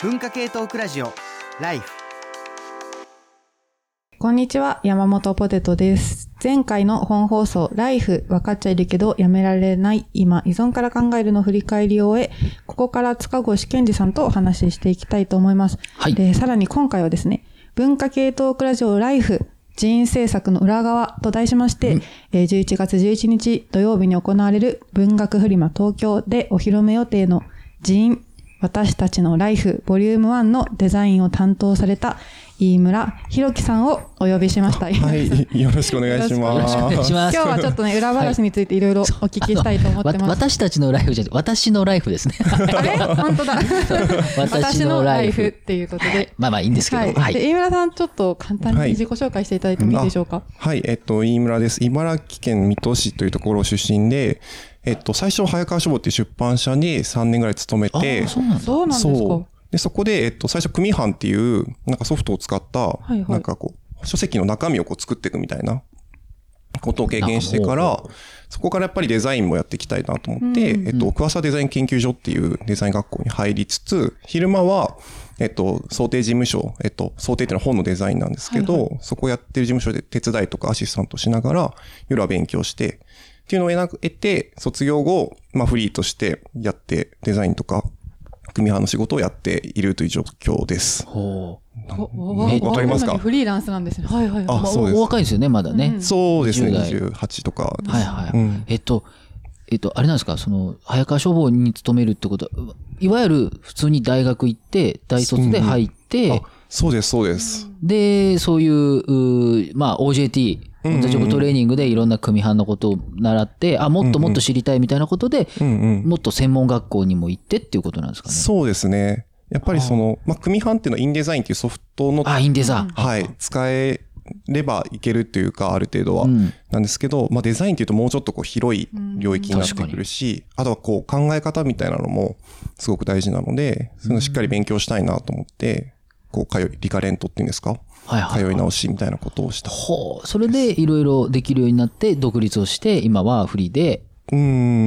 文化系トークラジオライフこんにちは、山本ポテトです。前回の本放送、ライフ、分かっちゃいるけど、やめられない、今、依存から考えるの振り返りを終え、ここから塚越健二さんとお話ししていきたいと思います。はいで、さらに今回はですね、文化系トークラジオライフ、寺院政策の裏側と題しまして、えー11月11日土曜日に行われる文学フリマ東京でお披露目予定の寺院、私たちのライフボリューム1のデザインを担当された飯村弘樹さんをお呼びしました。 はい、よろしくお願いします。よろしくお願いし今ます日はちょっとね、裏話についていろいろお聞きしたいと思ってわます。私たちのライフじゃなくて私のライフで すねあれ本当だ。私私ののラライイフフっていうことで。まあまあいいんですけどは。はいい、で、飯村さん、ちょっと簡単に自己紹介していただいてもいいでしょうか。はい、えっと、飯村です。茨城県水戸市というところ出身で、えっと、最初、早川書房っていう出版社に3年ぐらい勤めあて、あそうなんだそうなんですかそ。うで、そこで、えっと、最初、組版っていう、なんかソフトを使った、いはいなんかこう、書籍の中身をこう作っていくみたいなことを経験してから、そこからやっぱりデザインもやっていきたいなと思って、えっと、桑沢デザイン研究所っていうデザイン学校に入りつつ、昼間は、えっと、想定事務所、えっと、想定っていうのは本のデザインなんですけど、そこやってる事務所で手伝いとかアシスタントしながら、夜は勉強して、っていうのを得な得て、卒業後、まあフリーとしてやって、デザインとか、組版の仕事をやっているという状況です。ほうおおねわかりますかお主にフリーランスなんですね。はいはいはい。あまあそうですおお若いですよねまだね、そうですね、 20 28とかです。はいはい、うんえっとえっとあれなんですかその早川消防に勤めるってことはいわゆる普通に大学行って大卒で入って、あそうです、そうです。で、そういう、うーまあ、OJT、オンザジョブトレーニングでいろんな組版のことを習って、あ、もっともっと知りたいみたいなことで、うんうん。もっと専門学校にも行ってっていうことなんですかね。そうですね。やっぱりその、まあ、組版っていうのはインデザインっていうソフトの、あ、インデザ。はい、使えればいけるというか、ある程度は。うんなんですけど、まあ、デザインっていうともうちょっとこう広い領域になってくるし、あとはこう考え方みたいなのもすごく大事なので、そういうのしっかり勉強したいなと思って、こう通い、リカレントっていうんですかはいはい通い直しみたいなことをした。ほう。それでいろいろできるようになって、独立をして、今はフリーでうー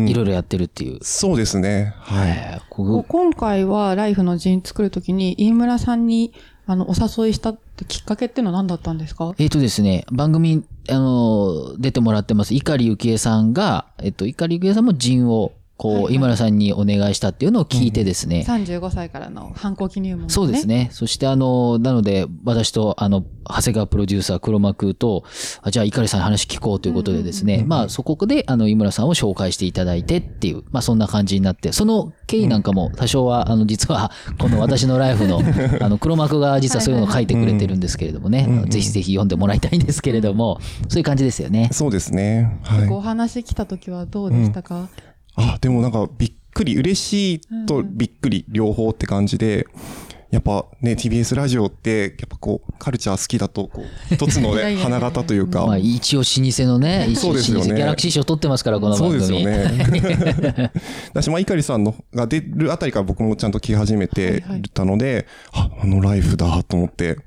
いん。ろいろやってるっていう。そうですね。はい。えーここうこ今回はライフの陣作るときに、飯村さんに、あの、お誘いしたってきっかけっていうのは何だったんですかえっ、とですね、番組、あのー、出てもらってます、碇幸恵さんが、えっと、碇幸恵さんも陣を、はいこはう、い井村さんにお願いしたっていうのを聞いてですね、 ?35 歳からの反抗期入門、そうです。ね。そして、あの、なので、私と、あの、長谷川プロデューサー、黒幕と、あじゃあ、碇さんの話聞こうということでですね、まあ、そこで、あの、井村さんを紹介していただいてっていう、まあ、そんな感じになって、その経緯なんかも、多少は、あの、実は、この私のライフ の、あの、黒幕が実はそういうのを書いてくれてるんですけれどもね、あのぜひぜひ読んでもらいたいんですけれども、そういう感じですよね。そうですね。はい。お話来たときはどうでしたか、あ、でもなんかびっくり、嬉しいとびっくり、両方って感じで、やっぱね、TBS ラジオって、やっぱこう、カルチャー好きだと、こう、一つの いやいやいね、や花形というか、まあ、一応老舗のね、一応そう老ですよ舗、ねギャラクシー賞取ってますから、この番そう組。ですよね。 だし、まあ、碇さんのが出るあたりから僕もちゃんと聞き始めてたので、あ、あのライフだと思って、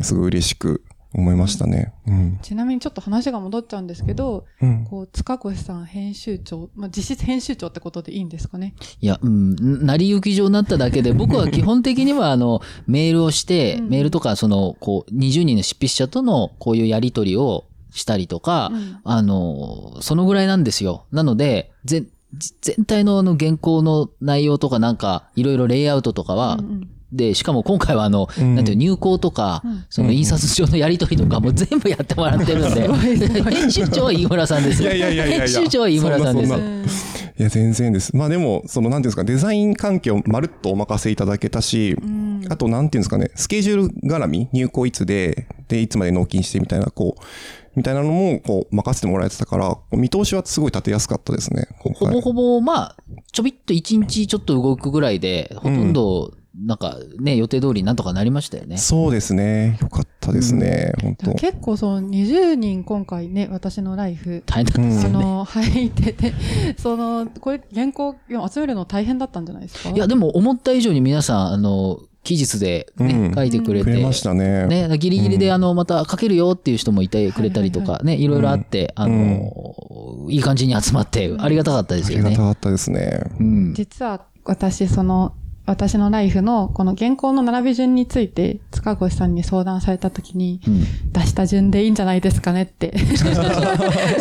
すごい嬉しく思いましたね。うん。ちなみにちょっと話が戻っちゃうんですけど、うんこう塚越さん編集長、まあ、実質編集長ってことでいいんですかね。いや、うん、ん成り行き上になっただけで、僕は基本的には、あの、メールをして、メールとか、その、こう、20人の執筆者との、こういうやりとりをしたりとか、んあの、そのぐらいなんですよ。なので、ぜ全体のあの原稿の内容とかなんか、いろいろレイアウトとかは、で、しかも今回はあの、なんていうの入稿とか、その印刷上のやりとりとかも全部やってもらってるんで、編集長は飯村さんです。いやいやいやいやいや編集長は飯村さんですそん。なそんないや、全然です。まあでも、その、なんていうんですか、デザイン関係をまるっとお任せいただけたし、あと、なんていうんですかね、スケジュール絡み、入稿いつで、で、いつまで納金してみたいな、こう、みたいなのも、こう、任せてもらえてたから、こう見通しはすごい立てやすかったですね、今ほ回ぼほぼ、まあ、ちょびっと一日ちょっと動くぐらいで、ほとんど、なんかね、予定通りなんとかなりましたよね。そうですね。よかったですね、本だから当結構その20人今回ね、私のライフ、大変なんですあよね。の、入ってて、 その、これ原稿集めるの大変だったんじゃないですかいや、でも思った以上に皆さん、あの、期日でね、うん書いてくれ増て。えましたね。ね、ギリギリで、あの、また書けるよっていう人もいてくれたりとか、ね、いろいろあって、あの、いい感じに集まって、ありがたかったであすりよがねた。かったですね。うん。実は私その、私のライフのこの原稿の並び順について塚越さんに相談された時に、 出した順でいいんじゃないですかねって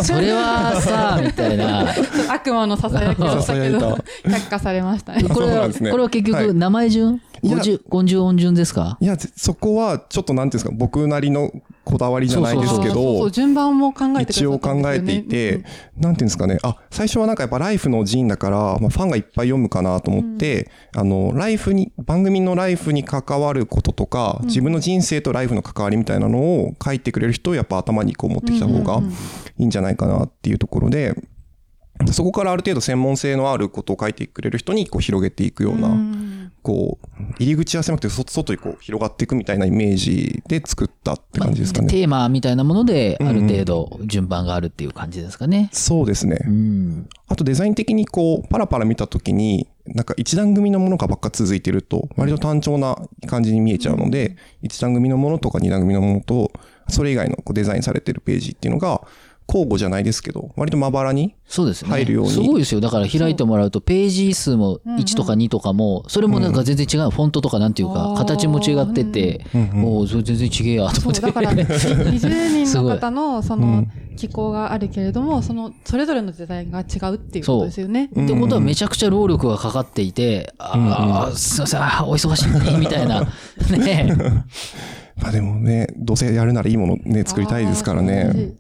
それはさ、みたいな。悪魔のささやきをしたけど囁却下されましたね。こ それうなは、んですねこれは結は局、い名前順、いや ?50、50音順ですかいや、ぜそこは、ちょっとなんていうんですか、僕なりのこだわりじゃないですけそうそうそうど、順番も考えてくださ一応ったん考ですえよてねいて、なんていうんですかね、あ、最初はなんかやっぱライフのジーンだから、まあ、ファンがいっぱい読むかなと思って、あの、ライフに、番組のライフに関わることとか、自分の人生とライフの関わりみたいなのを書いてくれる人をやっぱ頭にこう持ってきた方がいいんじゃないかなっていうところで、そこからある程度専門性のあることを書いてくれる人にこう広げていくような、こう、入り口は狭くて、そ外にこう広がっていくみたいなイメージで作ったって感じですかね。テーマみたいなもので、ある程度順番があるっていう感じですかね。そうですね。うん。あとデザイン的にこう、パラパラ見たときに、なんか一段組のものがばっか続いてると、割と単調な感じに見えちゃうので、一段組のものとか二段組のものと、それ以外のこうデザインされてるページっていうのが、交互じゃないですけど、割とまばらに、そうですね。入るようにすごいですよ。だから開いてもらうと、ページ数も1とか2とかも、それもなんか全然違う。フォントとかなんていうあかー、形も違ってて、もうそれ全然違えやとそう思って。だ から20す人ごのい方 のその機構があるけれどもそのそれぞれのデザインが違うっていうことですよね。ってことはめちゃくちゃ労力がかかっていて、ああ、すいません、あーお忙しいね、みた いな。ねまあでもね、どうせやるならいいものね、作りたいですからあー素ね。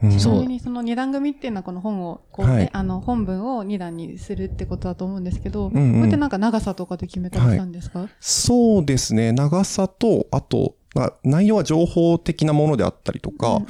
晴らしい。ちそうなみにその二段組っていうのはこの本をこうはいねあの本文を二段にするってことだと思うんですけど、こんうんれってなんか長さとかで決めたりしたんですか？そうですね、長さと、あと、まあ内容は情報的なものであったりとか、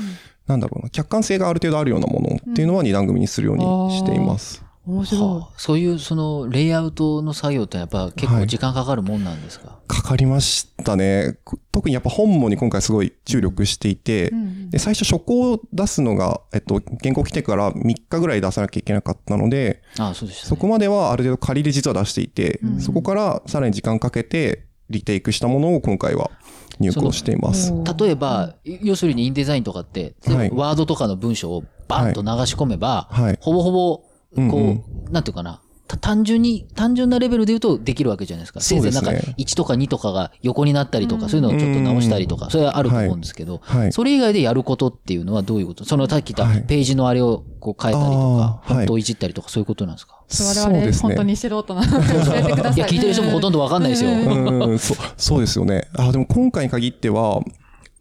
なんだろうな、客観性がある程度あるようなものっていうのは二段組にするようにしています。面は白あそういうそのレイアウトの作業ってやっぱ結構時間かかるもんなんですか、かかりましたね。特にやっぱ本もに今回すごい注力していて、い。うんで最初初稿を出すのが、えっと、原稿来てから3日ぐらい出さなきゃいけなかったので、ああそうでした、ね、そこまではある程度仮で実は出していて、そこからさらに時間かけてリテイクしたものを今回は入稿しています。例えば、要するにインデザインとかって、はいワードとかの文章をバンと流し込めば、はいほぼほぼ、こう、うんうなんていうかな、た単純に、単純なレベルで言うとできるわけじゃないですか。そうですねせいぜいなんか1とか2とかが横になったりとか、そういうのをちょっと直したりとか、それはあると思うんですけど、はいはいそれ以外でやることっていうのはどういうことそのさっき言っはたいページのあれをこう変えたりとかあ、ーフォントをいじったりとか、そういうことなんですか、我々 本当に素人なので教えてください。いや、聞いてる人もほとんどわかんないですよ。うん、そう、そうですよね。あ、でも今回に限っては、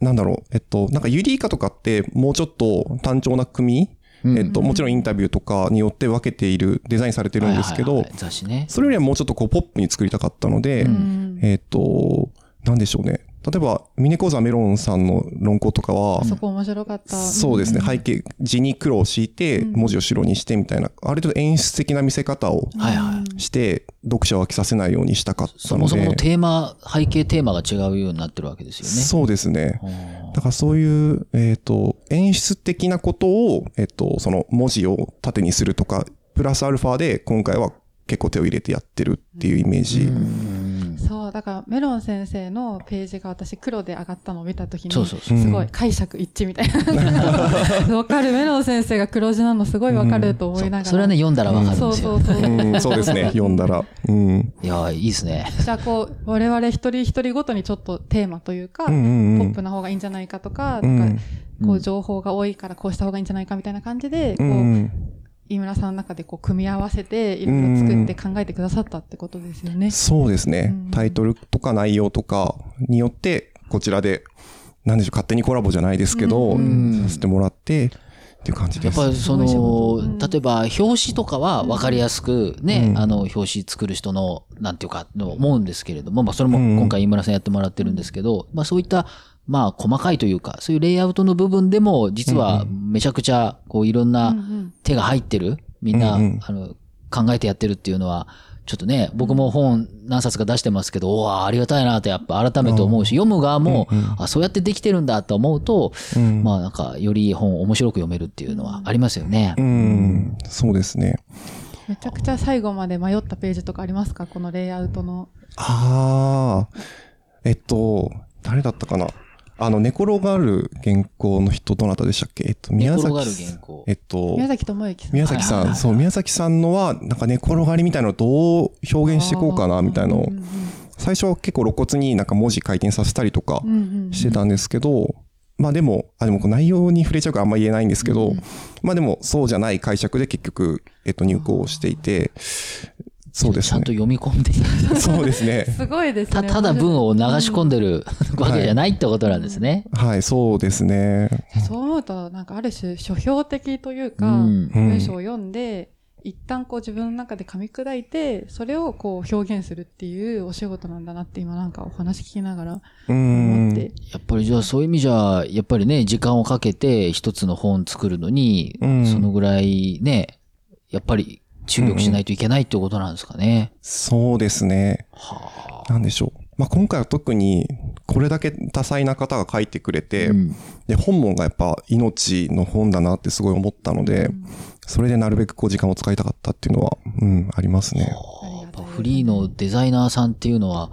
なんだろう、えっと、なんかユリイカとかって、もうちょっと単調な組、えっと、もちろんインタビューとかによって分けている、デザインされてるんですけはいどはいはい、雑誌ね。それよりはもうちょっとこう、ポップに作りたかったので、えっと、なんでしょうね。例えば、ミネコザメロンさんの論考とかは、そこ面白かった。そうですね。背景、字に黒を敷いて、文字を白にしてみたいな、ある程度演出的な見せ方をはいはい。して、読者を飽きさせないようにしたかったので。そもそものテーマ、背景テーマが違うようになってるわけですよね。そうですね。だからそういう、えっ、と、演出的なことを、えっ、と、その文字を縦にするとか、プラスアルファで今回は結構手を入れてやってるっていうイメージ。そう、だからメロン先生のページが私黒で上がったのを見たときに、そうそうそうすごい解釈一致みたいな。わかる、メロン先生が黒字なのすごいわかると思いながら。それはね、読んだらわかるんですよ。そうそうそう。うん、そうで すね。読んだら。うん。いやー、いいですね。じゃあこう、我々一人一人ごとにちょっとテーマというか、うんうんポうッんプ。な方がいいんじゃないかとか、うんなんかこう情報が多いからこうした方がいいんじゃないかみたいな感じで、こうう、ん。飯村さんの中でこう組み合わせて、いろいろ作って考えてくださったってことですよね。そうですねうん。タイトルとか内容とかによって、こちらで、なんでしょう、勝手にコラボじゃないですけど、させてもらって、っていう感じやでっす。ぱりそすのごい仕、事例えば表紙とかは分かりやすくね、うんあの表紙作る人の、なんていうか、の思うんですけれども、まあそれも今回井村さんやってもらってるんですけど、まあそういった、まあ細かいというか、そういうレイアウトの部分でも、実はめちゃくちゃ、こういろんな手が入ってる、みんな、うんうんあの、考えてやってるっていうのは、ちょっとね、僕も本何冊か出してますけど、おわありがたいなってやっぱ改めて思うし、読む側も、あ、そうやってできてるんだと思うと、うんまあなんか、より本面白く読めるっていうのはありますよね。うん、そうですね。めちゃくちゃ最後まで迷ったページとかありますかこのレイアウトの。ああ、えっと、誰だったかな。あ、あの、寝転がる原稿の人、どなたでしたっけえっと、宮崎寝転がる原稿えっと、宮崎智之さん。宮崎はさいはいはん、いそう、宮崎さんのは、なんか寝転がりみたいなのをどう表現していこうかな、みたいなのをうんうん最初は結構露骨になんか文字回転させたりとかうんうんしてたんですけど、まあでも、あ、でもこう内容に触れちゃうからあんま言えないんですけど、まあでもそうじゃない解釈で結局、えっと、入稿をしていて、そうでちすゃんとね。読み込んで、そうですね。すごいですたね。ただ文を流し込んでるわけじゃないってことなんですね。はい、そうですね。そう思うと、なんかある種、書評的といううか、ん。うん文章を読んで、一旦こう自分の中で噛み砕いて、それをこう表現するっていうお仕事なんだなって今なんかお話聞きながらう思っん。て。やっぱりじゃあそういう意味じゃ、やっぱりね、時間をかけて一つの本作るのに、うんそのぐらいね、やっぱり注力しないといけないってことなんですかね。そうですね。はなんでしょう。まあ今回は特に、これだけ多彩な方が書いてくれあ。て、うんで、本文がやっぱ命の本だなってすごい思ったので、それでなるべくこう時間を使いたかったっていうのは、うん、ありますね。やっぱフリーのデザイナーさんっていうのは、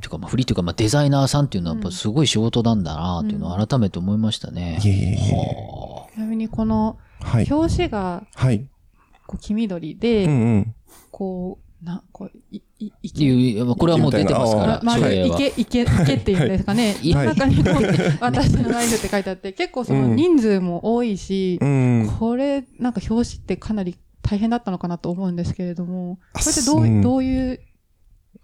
てかまあフリーというかまあデザイナーさんっていうのはやっぱすごい仕事なんだなっていうのを改めて思いましたね。いえいえいちなみにこのえ。はい。表紙がはい。こう黄緑うんうで、ん。こう、な、こう、い、い、いいやいやこれはもう出てますかあら、まあ、照英いは。け、いけ、いけっていうんですかね。いはい中にこう、私のライフって書いてあって、結構その人数も多いしう、ん。これ、なんか表紙ってかなり大変だったのかなと思うんですけれども、あこれってどう、うんどういう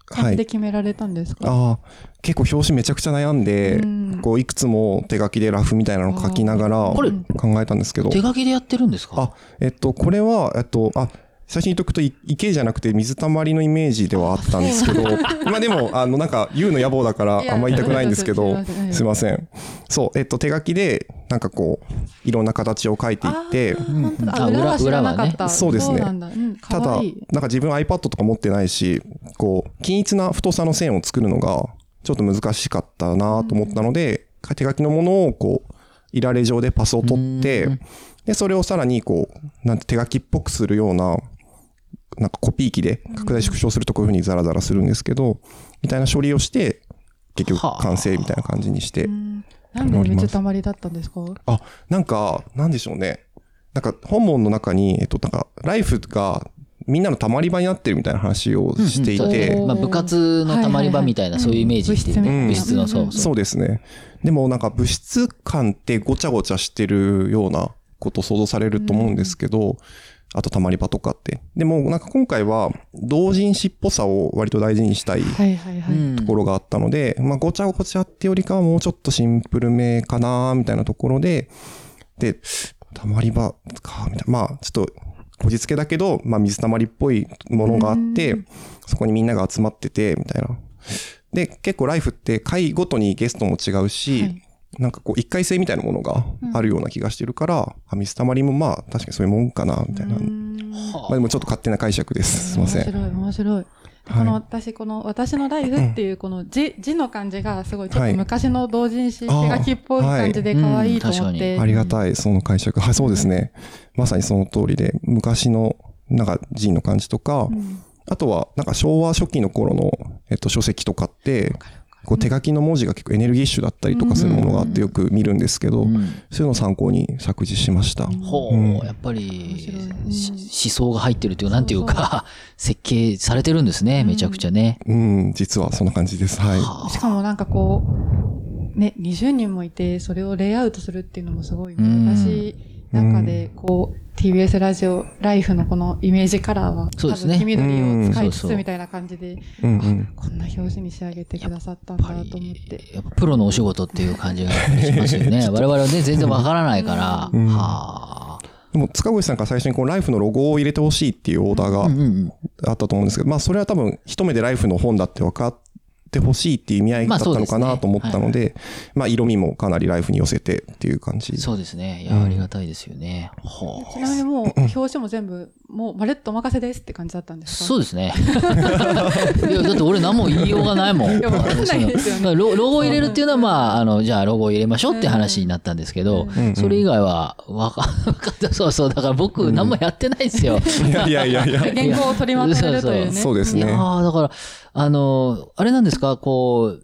は感じでい。決められたんですか、ああ、結構表紙めちゃくちゃ悩んでうん、こういくつも手書きでラフみたいなのを書きながらこれ考えたんですけど手、書きでやってるんですかあ、えっと、これは、えっと、あ、写真に言っとくとい池じゃなくて水たまりのイメージではあったんですけど、 まあでも、あの、なんか言うの野望だからいやあんまり言いたくないんですけいどや、すいません。そう、えっと、手書きで、なんかこう、いろんな形を書いていって、あー本当だああ裏は知らなかっ裏た。そうですねなんだ。うん、かただ、なわんいい。か自分 iPad とか持ってないし、こう、均一な太さの線を作るのが、ちょっと難しかったなと思ったので、手書きのものを、こう、いられ上でパスを取って、で、それをさらに、こう、なんて手書きっぽくするような、なんかコピー機で拡大縮小するとこういうふうにザラザラするんですけど、みたいな処理をして、結局はあ完成みたいな感じにしてう、んなんで水たまりだったんですかあ、なんか、なんでしょうね。なんか、本文の中に、えっと、なんか、ライフが、みんなの溜まり場になってるみたいな話をしていそうて、ですねまあ、部活のたまり場みたいな、はいそはういはいいうイメージっていうね、うん部室の、部室みたいなそううんそう。そうですね。でも、なんか、物質感ってごちゃごちゃしてるようなこと想像されると思うんですけど、あと、溜まり場とかって。でも、なんか今回は、同人誌っぽさを割と大事にしたいはいはいはい。うんところがあったので、まあ、ごちゃごちゃってよりかはもうちょっとシンプルめかなみたいなところで、で、たまり場か、みたいな。まあ、ちょっと、こじつけだけど、まあ、水たまりっぽいものがあって、そこにみんなが集まってて、みたいな。で、結構ライフって回ごとにゲストも違うし、はいなんかこう一回性みたいなものがあるような気がしてるから、あ水たまりもまあ確かにそういうもんかな、みたいな。まあでもちょっと勝手な解釈です。すいません。面白い、面白い。でこの私、この私のライフっていうこの字、字の感じがすごいちょっはとい昔の同人誌、手あー書きっぽい感じで可愛いと思っはて。ありがたい、その解釈。はい、そうですね。まさにその通りで、昔の、なんか、人の感じとか、あとは、なんか昭和初期の頃の、えっと、書籍とかって、こう手書きの文字が結構エネルギッシュだったりとかするものがあってよく見るんですけど、そういうのを参考に作詞しました。ほう、やっぱり、し思想が入ってるという、なんていうか、 設計されてるんですね、めちゃくちゃね。うん、実はそんな感じです。はい。しかもなんかこう、ね、20人もいて、それをレイアウトするっていうのもすごいん難しい中で、こう、TBS ラジオライフのこのイメージカラーは、そうですね多分黄緑を使いつうんそうそつうみたいな感じで、うんうん。こんな表紙に仕上げてくださったんやっぱだりと思って。やっぱプロのお仕事っていう感じがやっぱりしますよ ね。我々はね、全然わからないから、はあ。でも、塚越さんから最初にこのライフのロゴを入れてほしいっていうオーダーがうんうんあったと思うんですけど、まあそれは多分一目でライフの本だって分かってほしいっていう意味合いだったのかまあそうですなねと思ったので、まあ色味もかなりライフに寄せてっていう感じ。そうですね。いや、ありがたいですよね。はあちなみにもう、表紙も全部、もう、まるっとお任せですって感じだったんですかそうですね。 いや、だって俺何も言いようがないもん。やわかんないですよねそのロロゴを入れるっていうのは、まあ、あの、じゃあロゴを入れましょうって話になったんですけど、それ以外は、わか、 わかった。そうそう。だから僕何もやってないんですよ。いやいやいやいや。原稿を取りまとめるというね。そうですいやね。ーだから、あの、あれなんですか、こう、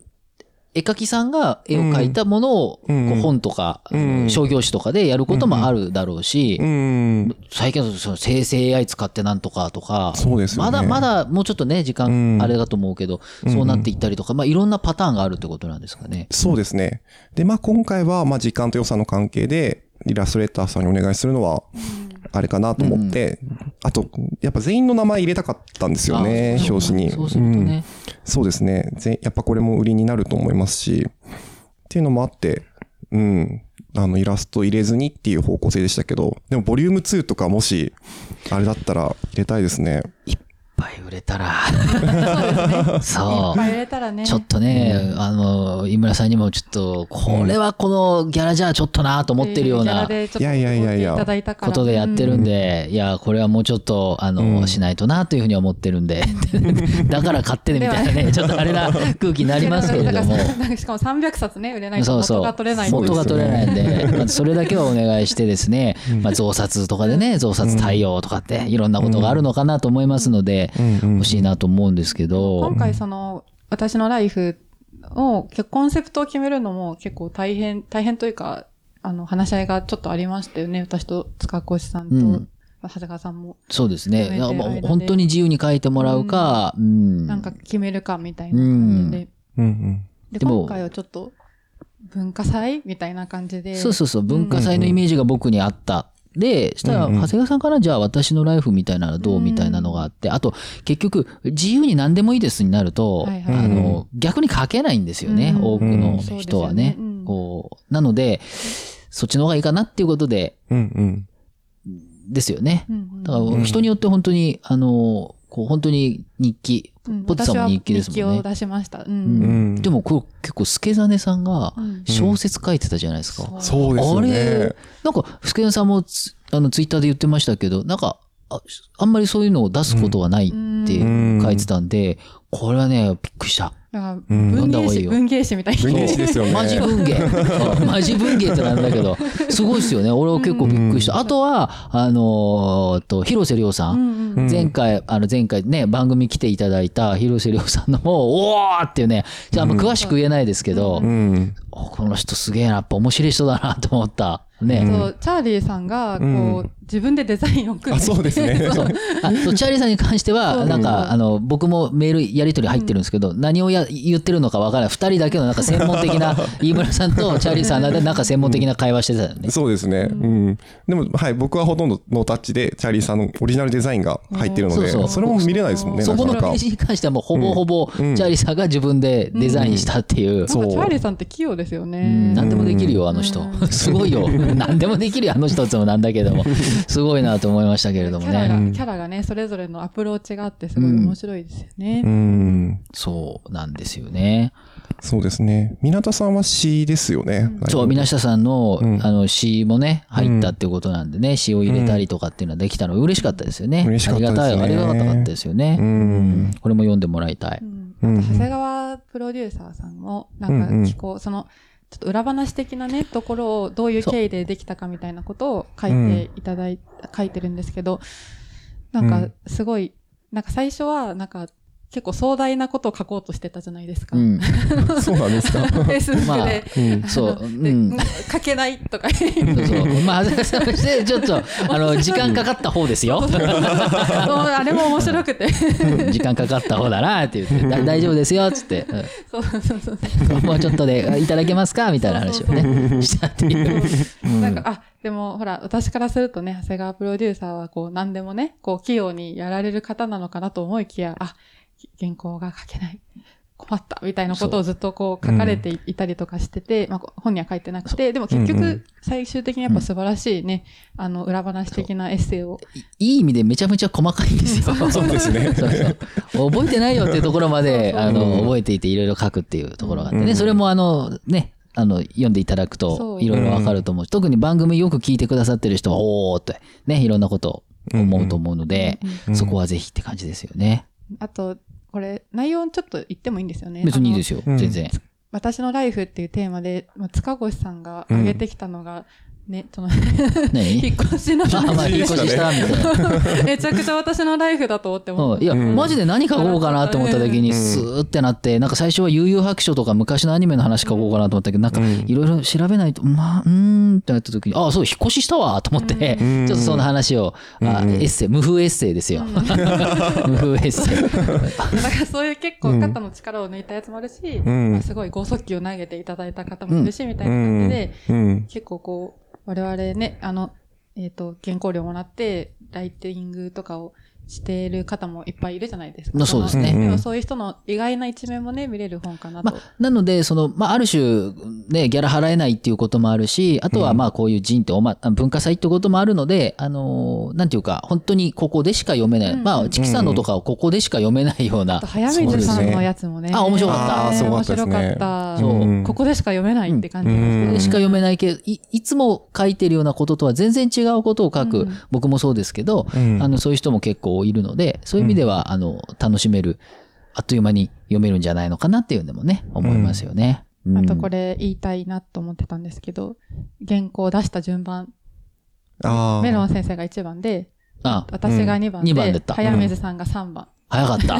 絵描きさんが絵を描いたものを、こうんう本とか、うん商業誌とかでやることもあるだろうし、うん。最近はその生成 AI 使ってなんとかとか、そうですよねまだまだもうちょっとね、時う間んあれだと思うけど、そうなっていったりとか、まあいろんなパターンがあるってことなんですかね。そうですね。で、まあ今回は、まあ時間と予算の関係で、イラストレーターさんにお願いするのは、あれかなと思って、あと、やっぱ全員の名前入れたかったんですよね、あ表紙に。そうするとうんね。そうですね。ぜやっぱこれも売りになると思いますし、っていうのもあって、うん。あの、イラスト入れずにっていう方向性でしたけど、でもボリューム2とかもし、あれだったら入れたいですね。いっぱい売れたら。 いそっぱい入れたらね。う。ちょっとね、あの、井村さんにもちょっと、これはこのギャラじゃちょっとなと思ってるようなていギャいラやいやいやいでちょっとやいただいたかこらとでやってるんで、いや、これはもうちょっと、あの、しないとなというふうに思ってるん で、だから買ってねみたいなね、ちょっとあれな空気になりますけれどもだ。からなんかしかも300冊ね、売れないとそうそう元が取れない元が取れないんで、まあそれだけはお願いしてですね、まあ、増刷とかでね、増刷対応とかって、いろんなことがあるのかなと思いますので、欲しいなと思うんですけど今、回その、私のライフを、結コンセプトを決めるのも結構大変、大変というか、あの、話し合いがちょっとありましたよね。私と塚越さんと、うん長谷川さんも、そうですね、決めてる間で本当に自由に書いてもらうか、うんなんか決めるかみたいな感じで。うんうん。で、でも今回はちょっと、文化祭みたいな感じで。そうそうそう、文化祭のイメージが僕にあった。で、したら、うんうん長谷川さんから、じゃあ私のライフみたいなのどううんみたいなのがあって、あと、結局、自由に何でもいいですになると、はいあはいの、逆に書けないんですよね、うん多くのうん人はねそうですよねうん。こう、なので、そっちの方がいいかなっていうことで、うんうん。ですよね。うんうん。だから、人によって本当に、あの、こう、本当に日記、うんポッツさんも日記ですもんね私は日記を出しました。ううんん。んでも、こう、結構、助真さんがうん小説書いてたじゃないですか。そうですよあねれ。、なんか、福山さんもツあのツイッターで言ってましたけど、なんかあ、あんまりそういうのを出すことはないってうん書いてたんで、これはね、びっくりした。だから、文ん芸読んだ方がいい誌、よ文芸誌みたいな。文芸誌ですよね。マジ文芸。うんマジ文芸ってなんだけど、すごいですよね。俺は結構びっくりした。あとは、あのーえっと、広瀬涼さ。うんんうん。うん前回、あの前回ね、番組来ていただいた広瀬涼さんの方を、おーっていうね、じゃああんま詳しく言えないですけど、うん。おこの人すげえな、やっぱ面白い人だなと思った。ね。そう、チャーリーさんが、こう、うん自分でデザインを組んあ、でそうです ね。あそうチャーリーさんに関しては、なんか、あの、僕もメールやり取り入ってるんですけど、何をや言ってるのかわからない。二人だけのなんか専門的 な、飯村さんとチャーリーさんの間でなんか専門的な会話してたよね。そうですね。うん。でも、はい、僕はほとんどノータッチで、チャーリーさんのオリジナルデザインが入ってるのうんで、そうそうそれも見れないですもんね、そなこかのなペかー。ジに関してはもうほぼほぼ、チャーリーさんが自分でデザインしたっていう。なんかチャーリーさんって器用ですよね。何でもできるよ、あの人。すごい よ。何でもできるよ、あの人ってもなんだけど も。すごいなと思いましたけれどキもャラね。が、キャラがね、それぞれのアプローチがあって、すごい面白いですよね。うん。そうなんですよね。そうですね。港さんは C ですよね。そう、な皆下さんの、んあの、詩もね、入ったってことなんでね、詩を入れたりとかっていうのはできたの嬉しかったですよね。嬉しかったですねありがたい、ありがたかったですよね。うん。これも読んでもらいたい。うん、あと長谷川プロデューサーさんも、なんか聞こう、その、ちょっと裏話的なね、ところをどういう経緯でできたかみたいなことを書いていただい、書いてるんですけど、なんうかんすごい、なんか最初は、なんか結構壮大なことを書こうとしてたじゃないですか。うん。そうなんです か。フェイスブックまあで、うん。そう、うでん。書けないとか言うそうそう。まあ、長谷川さんとして、ちょっと、あの、時間かかった方ですよ。 そうあれも面白くて。時間かかった方だなって言って、だ大丈夫ですよ、つって。うんそうそうそうそう。もうちょっとで、いただけますかみたいな話をね、したっていう。なんか、あ、でもほら、私からするとね、長谷川プロデューサーはこう、何でもね、こう、器用にやられる方なのかなと思いきや、あ、原稿が書けない。困ったみたいなことをずっとこう書かれていたりとかしてて、まあ、こう本には書いてなくて、でも結うんう局最終的にやっぱ素晴らしいね、あの裏話的なエッセイを。いい意味でめちゃめちゃ細かいんですよ。そうですね。そうそう。覚えてないよっていうところまで、そうそうあうの、ん覚えていていろいろ書くっていうところがあってうね、んそれもあの、ね、あの、読んでいただくそとういろいろわかると思うし特に番組よく聞いてくださってる人は、おーって、ね、いろんなことを思うと思うので、そこはぜひって感じですよね。あと、これ、内容ちょっと言ってもいいんですよね。別にいいあのですよ、うん全然。私のライフっていうテーマで、まあ、塚越さんが挙げてきたのが、ね、その何引っ越しのあ、まあ、引っ越ししたみたい な。めちゃくちゃ私のライフだと思ってまうん、すいや、んマジで何書こうかなって思った時に、スーってなって、なんか最初は悠々白書とか昔のアニメの話書こうかなと思ったけど、なんかうんいろいろ調べないと、まあ、うーんってなった時に、ああ、そう、引っ越ししたわと思って、ちんょっとその話を、あうんエッセイ、無風エッセイですよ。 無風エッセイ。だからそういう結構肩の力を抜いたやつもあるし、んまあすごい剛速球投げていただいた方もいるし、みたいな感じで、うん。結構こう、我々ね、あの、えっ、と、原稿料もらって、ライティングとかをしている方もいっぱいいるじゃないですまか。あそうですねのうんもそういう人の意外な一面もね、見れる本かなと。まあ、なので、その、まあ、ある種、ね、ギャラ払えないっていうこともあるし、あとは、まあ、こういう人っておま、文化祭ってこともあるので、あのーなんていうか、本当にここでしか読めない。うんまあ、チキさんのとかをここでしか読めないような。あと、早水さんのやつもね。そうですねあ面白かったあーすごか面ったで白すねかった。そううんここでしか読めないって感じですうんね。でしか読めないけど、いいつも書いてるようなこととは全然違うことを書く、うん僕もそうですけど、うんあの、そういう人も結構いるので、そういう意味では、あの、楽しめる、あっという間に読めるんじゃないのかなっていうのもね、思いますよね。うんあとこれ言いたいなと思ってたんですけど、原稿を出した順番、ああ。メロン先生が1番で、あ、私が2番うん二番だっで、た早水さんが3番。早かった。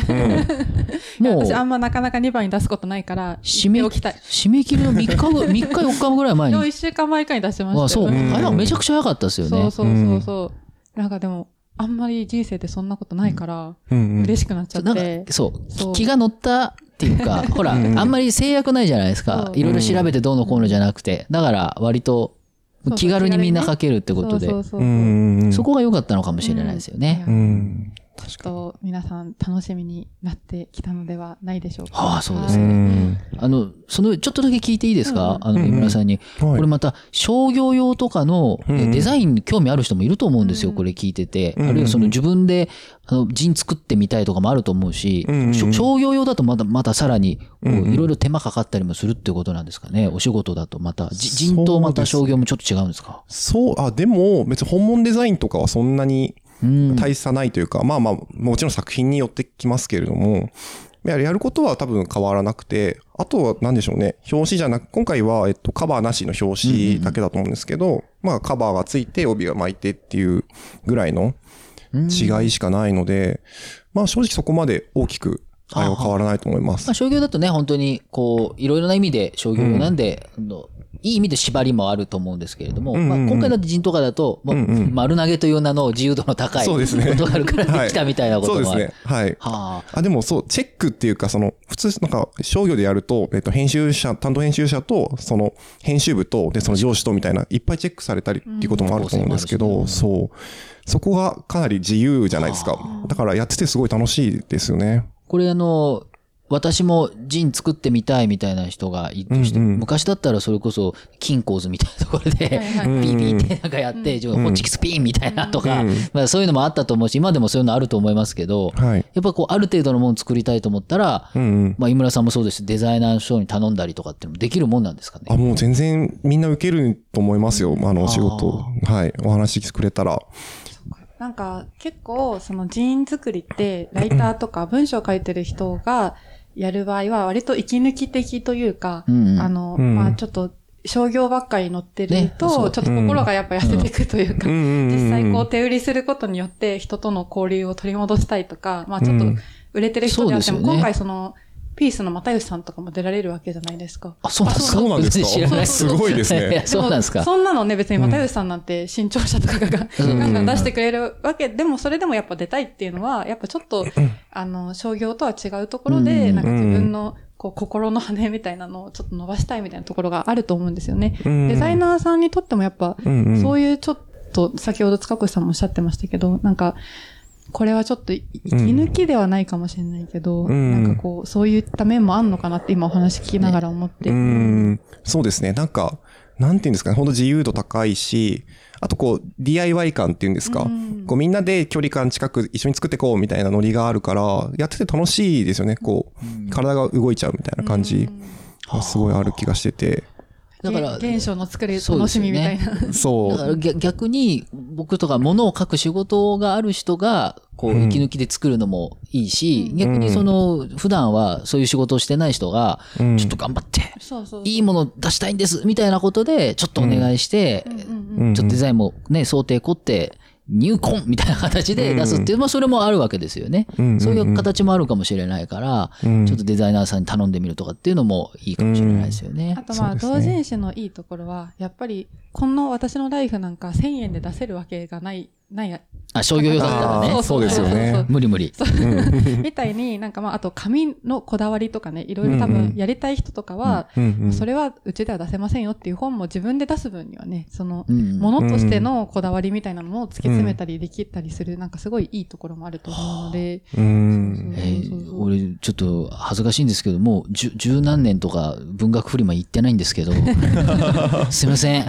いやもう、私あんまなかなか2番に出すことないから、言締めっておきたい。締め切りの3日後、3日4 日ぐらい前でもに。 1週間前かに出してましたよ。あ、そう。んあれはめちゃくちゃ早かったですよそねう。そうそうそう。なんかでも、あんまり人生でそんなことないから、うんうん。嬉しくなっちゃなっんかて、。そうそう気が乗ったっていう か、ほら、あんまり制約ないじゃないですかそ。ういろいろ調べてどうのこうのじゃなくて。だから、割とそう気軽にみんな書けるってこそとうでそ、うそう。うちんうんうん。そこが良かったのかもしれないですよね。ううんん。ょっと皆さん楽しみになってきたのではないでしょうか。ああ、そうですうね。ん。あの、その、ちょっとだけ聞いていいですかあの、うん井村さんに。はいこれまた、商業用とかのうんえデザインに興味ある人もいると思うんですよ、これ聞いてて。あるいはその自分で、あの、陣作ってみたいとかもあると思うしうんう、んしょ商業用だとまだ、まださらに、こうんううんいろいろ手間かかったりもするっていうことなんですかね。お仕事だとまた、じ陣そとうですねまた商業もちょっと違うんですかそう、あ、でも、別に本物デザインとかはそんなにうん。大差ないというか、まあまあ、もちろん作品によってきますけれども、いややることは多分変わらなくて、あとは何でしょうね、表紙じゃなく、今回は、えっと、カバーなしの表紙だけだと思うんですけど、まあ、カバーがついて、帯が巻いてっていうぐらいの違いしかないので、まあ、正直そこまで大きく、あれは変わらないと思いますまあ、。商業だとね、本当に、こう、いろいろな意味で商業用なんで、あのいい意味で縛りもあると思うんですけれども、うんうんまあ、うん今回だと人とかだと、まあうんうん丸投げという名の自由度の高いそうですねことがあるからできたみたいなことそうでもあする。ね。はい。はあ。あ、でもそう、チェックっていうか、その、普通、なんか、商業でやると、えっと、編集者、担当編集者と、その、編集部と、で、その上司とみたいな、いっぱいチェックされたりっていうこともあると思うんですけど、うんそう。そこがかなり自由じゃないですか。だから、やっててすごい楽しいですよね。これあの、私もジン作ってみたいみたいな人がいる人、うんうん昔だったらそれこそ、キンコーズみたいなところで、はいはいピーピーってなんかやって、自分ホッチキスピーンみたいなとか、うんまあ、そういうのもあったと思うし、今でもそういうのあると思いますけど、はい。やっぱこう、ある程度のもの作りたいと思ったら、うんうん。まあ、井村さんもそうですしデザイナーの人に頼んだりとかってのもできるもんなんですかねあ、。もう全然、みんな受けると思いますよ。あの、お仕事。はい。お話しくれたら。なんか結構その人員作りってライターとか文章を書いてる人がやる場合は割と息抜き的というか、うんうんあの、うんまあちょっと商業ばっかり載ってるねそと、うちょっと心がやっぱ痩せていくというか、うんうんうんうん実際こう手売りすることによって人との交流を取り戻したいとか、まあちょっとうん売れてる人であっても、そうですよね今回そのピースの又吉さんとかも出られるわけじゃないですか。あ、そうなんですかそうなんですか全然知らな いすごいですねや そうなんですか。そんなのね、別に又吉さんなんて新潮社とかが ガンガン出してくれるわけ、でもそれでもやっぱ出たいっていうのは、やっぱちょっと、あの、商業とは違うところで、うんなんか自分の、こう、心の羽みたいなのをちょっと伸ばしたいみたいなところがあると思うんですよね。うんデザイナーさんにとってもやっぱ、うんうんそういうちょっと、先ほど塚越さんもおっしゃってましたけど、なんか、これはちょっとい、息抜きではないかもしれないけど、んなんかこう、そういった面もあんのかなって今お話聞きながら思って。うん、そうですね。なんか、なんていうんですかね、ほんと自由度高いし、あとこう、DIY 感っていうんですか、こうみんなで距離感近く一緒に作ってこうみたいなノリがあるから、やってて楽しいですよね、こう、体が動いちゃうみたいな感じ、がすごいある気がして て、だから、現象の作るそうで楽すしよねみみたいな。そだからう。逆逆に僕とか物を書く仕事がある人が、こう、うん息抜きで作るのもいいし、逆にその、普段はそういう仕事をしてない人が、うんちょっと頑張って、そうそうそういいもの出したいんですみたいなことで、ちょっとお願いして、うんちょっとデザインもね、想定凝って、入魂みたいな形で出すっていう、まあそれもあるわけですよね。うんうんうんそういう形もあるかもしれないから、うんちょっとデザイナーさんに頼んでみるとかっていうのもいいかもしれないですよねあ。とまあ、そう同ですね人誌のいいところは、やっぱり、この私のライフなんか1000円で出せるわけがない、ない。あ、商業用だったらあーね。そうですよねそうそう無理無理。みたいになんかまあ、あと紙のこだわりとかね、いろいろ多うん分うんやりたい人とかは、うんうんそれはうちでは出せませんよっていう本も自分で出す分にはね、そのう、んものとしてのこだわりみたいなのを突き詰めたりできたりする、なんかすごいいいところもあると思うので、うんえそうそうーそう俺、ちょっと恥ずかしいんですけども、十十何年とか文学フリマ行ってない んですけど、すいません。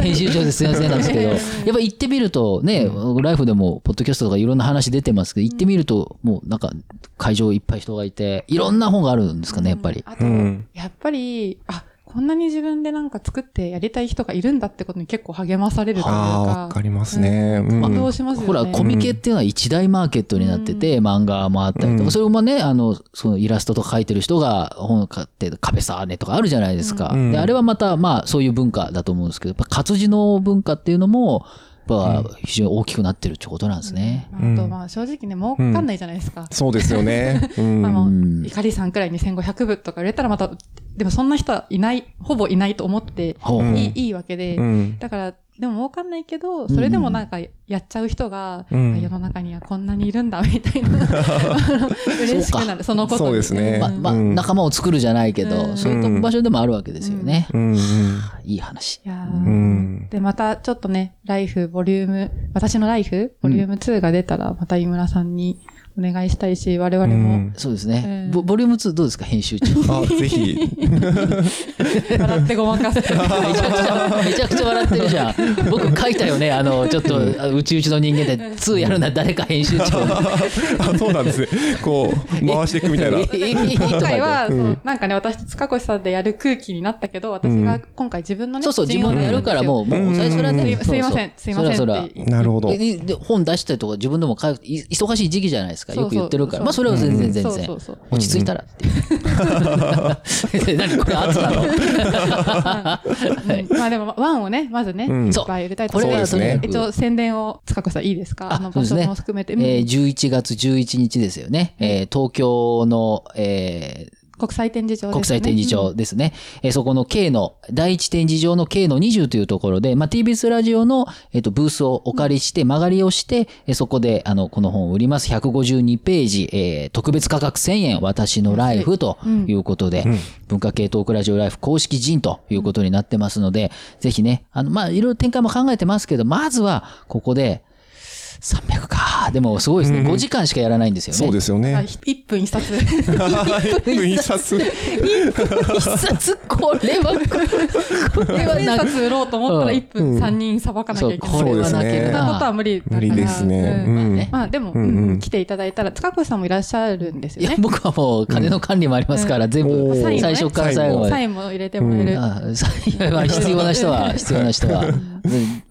編集長ですいませんなんですけど、やっぱ行ってみるとね、ライフでも、ポッドキャストとかいろんな話出てますけど、行ってみると、もうなんか会場いっぱい人がいて、いろんな本があるんですかね、やっぱり。あと、うんやっぱり、あ、こんなに自分でなんか作ってやりたい人がいるんだってことに結構励まされるというああ、わか、かりますね。うん感動しますよね。ほら、コミケっていうのは一大マーケットになってて、漫画もあったりとうか、んそれもね、あの、そのイラストとか描いてる人が本を買って、壁サーネとかあるじゃないですか。うんで、あれはまた、まあ、そういう文化だと思うんですけど、やっぱ活字の文化っていうのも、やっぱ非常に大きくなってるってことなんですね。まああと、まあ正直ね、儲かんないじゃないですか。そうですよね。うまあん。もうんう、いかりさんくらいに1500部とか売れたらまた、でもそんな人はいない、ほぼいないと思って、ほううんいいいいわけで、うんだから、でも儲かんないけど、それでもなんかやっちゃう人が、うんあ世の中にはこんなにいるんだ、みた いな。嬉しくなる、そのことにそうですねまあ、うんまあ、仲間を作るじゃないけど、うんそういった場所でもあるわけですよね。うんうんいい話。いやーうんで、またちょっとね、ライフ、ボリューム、私のライフ、ボリューム2が出たら、また井村さんにお願いしたいし、我々うもんそうですね。うんボボリューム2どうですか編集長。あ、ぜひ。笑ってごま かす。めちゃくちゃ、めちゃくちゃ笑ってるじゃん。僕書いたよね。あの、ちょっと、あうちうちの人間で2やるなら誰か編集長。あ、そうなんですね。こ う、回していくみたいな。今今回、は、そうなんかね、私と塚越さんでやる空気になったけど、私が今回自分のね、そうそう、自分でやるからもう、もう、最初はすねい、すいません、すいませんそらそっらて言って。なるほど。えで本出したりとか自分でも書いい忙しい時期じゃないですかそうよそうく言ってるからまあそれは全然全そうそ然うそう落ち着いたらっていう 何これ圧なのうんまあでも、ワンをね、まずね、いっぱい売れたいとこれそうはですねと一にかく応宣伝を、塚越さんいいです かあのそう場です所ねも含めて、えうんー11月11日ですよね、えー東京の、えー国際展示場ですね。国際展示場ですね。えーそこの K の、第一展示場の K の20というところで、まあ、TBS ラジオの、えっとブースをお借りして、曲がりをして、えーそこであのこの本を売ります。152ページ、えー特別価格1000円、私のライフということで、文化系トークラジオライフ公式陣ということになってますので、ぜひね、あの、まあ、いろいろ展開も考えてますけど、まずはここで、300か。でもすごいですね。5時間しかやらないんですよね。そう ですよあね。ひ一分一冊。印刷。一冊これは、これは千なんか冊売ろうと思ったらうん1分3人さばかなきゃいけない。そうこれはそなうければそんなことは無理だから。 無理ですね。ううんん。まあでも、んうんうん来ていただいたら、塚越さんもいらっしゃるんですいよやね。僕はもう金の管理もありますから、全お部ーサインね最初から最後まサで。インも入れてもらえる。あサインは必要な人は、必要な人は、うん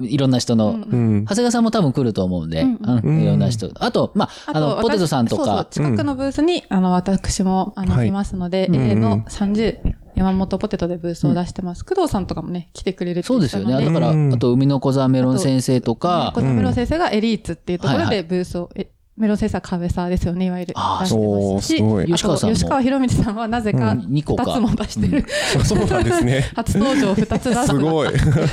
いろんな人の、うん長谷川さんも多分来ると思うんで、うんいろんな人。あと、まあ、あの、私ポテトさんとそうそうか、近くのブースに、あの、私も、あの、はいいますので、A の30、山本ポテトでブースを出してます。工藤さんとかもね、来てくれるってそ言うっでてすたのよね。だから、うんあと、海の小沢メロン先生とか小、田メロ先生がエリーツっていうところはいはでブースを、えメロ先生はカフェサーですよね、いわゆる。あー出してましそうすごいあと吉川さんも吉川博道さんはなぜかうん二2個かつも出してる。そうなんですね。 初登場2つ出す。すごい。えっ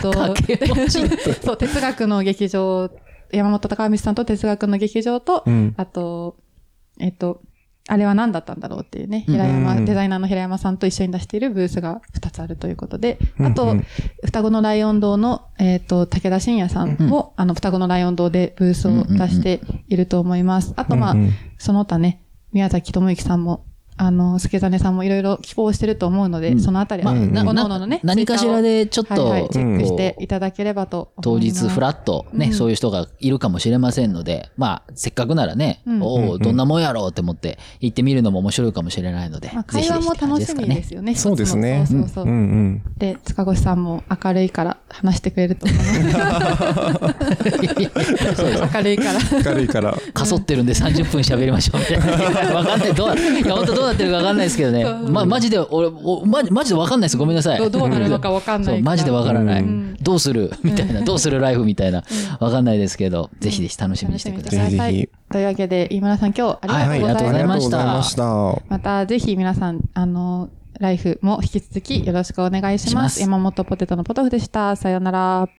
と、 そう、哲学の劇場、山本隆文さんと哲学の劇場と、うんあと、えっと、あれは何だったんだろうっていうね、うん平山、うんデザイナーの平山さんと一緒に出しているブースが2つあるということで、あと、うんうん双子のライオン堂の、えっ、と、武田信也さんも、あの、双子のライオン堂でブースを出していると思います。あと、まあ、うんうんその他ね、宮崎智之さんも、あの、助真さんもいろいろ希望してると思うので、うんそのあたりは、まあ各な々なのね、何かしらでちょっとはいはいチェックしてこういただければと当思います日フラッとね、そういう人がいるかもしれませんので、まあ、せっかくならね、うんおお、どんなもんやろうって思って行ってみるのも面白いかもしれないので、まあ、ぜ会ひぜ話ひっもて感楽じしかみねですよね。一つのそうですね。そうそうそううん うん。で、塚越さんも明るいから話してくれると思います。明るいから。明るいから。 かそってるんで30分喋りましょうみたいな。わかんない。どう、いや、本当どうどうなってるか分かんないですけどね。そうま、マジで、俺、おマジマジで分かんないです。ごめんなさい。どうどうなるのかわかんないそう、からマジで分からない。んどうするみたいな、どうするライフみたいな、分かんないですけど、ぜひぜひ楽しみにしてください。ぜひぜひというわけで、飯村さん今日ありはいがとうございました。ありがとうございましたした。またぜひ皆さん、あの、ライフも引き続きよろしくお願いします。します山本ポテトのポトフでした。さようなら。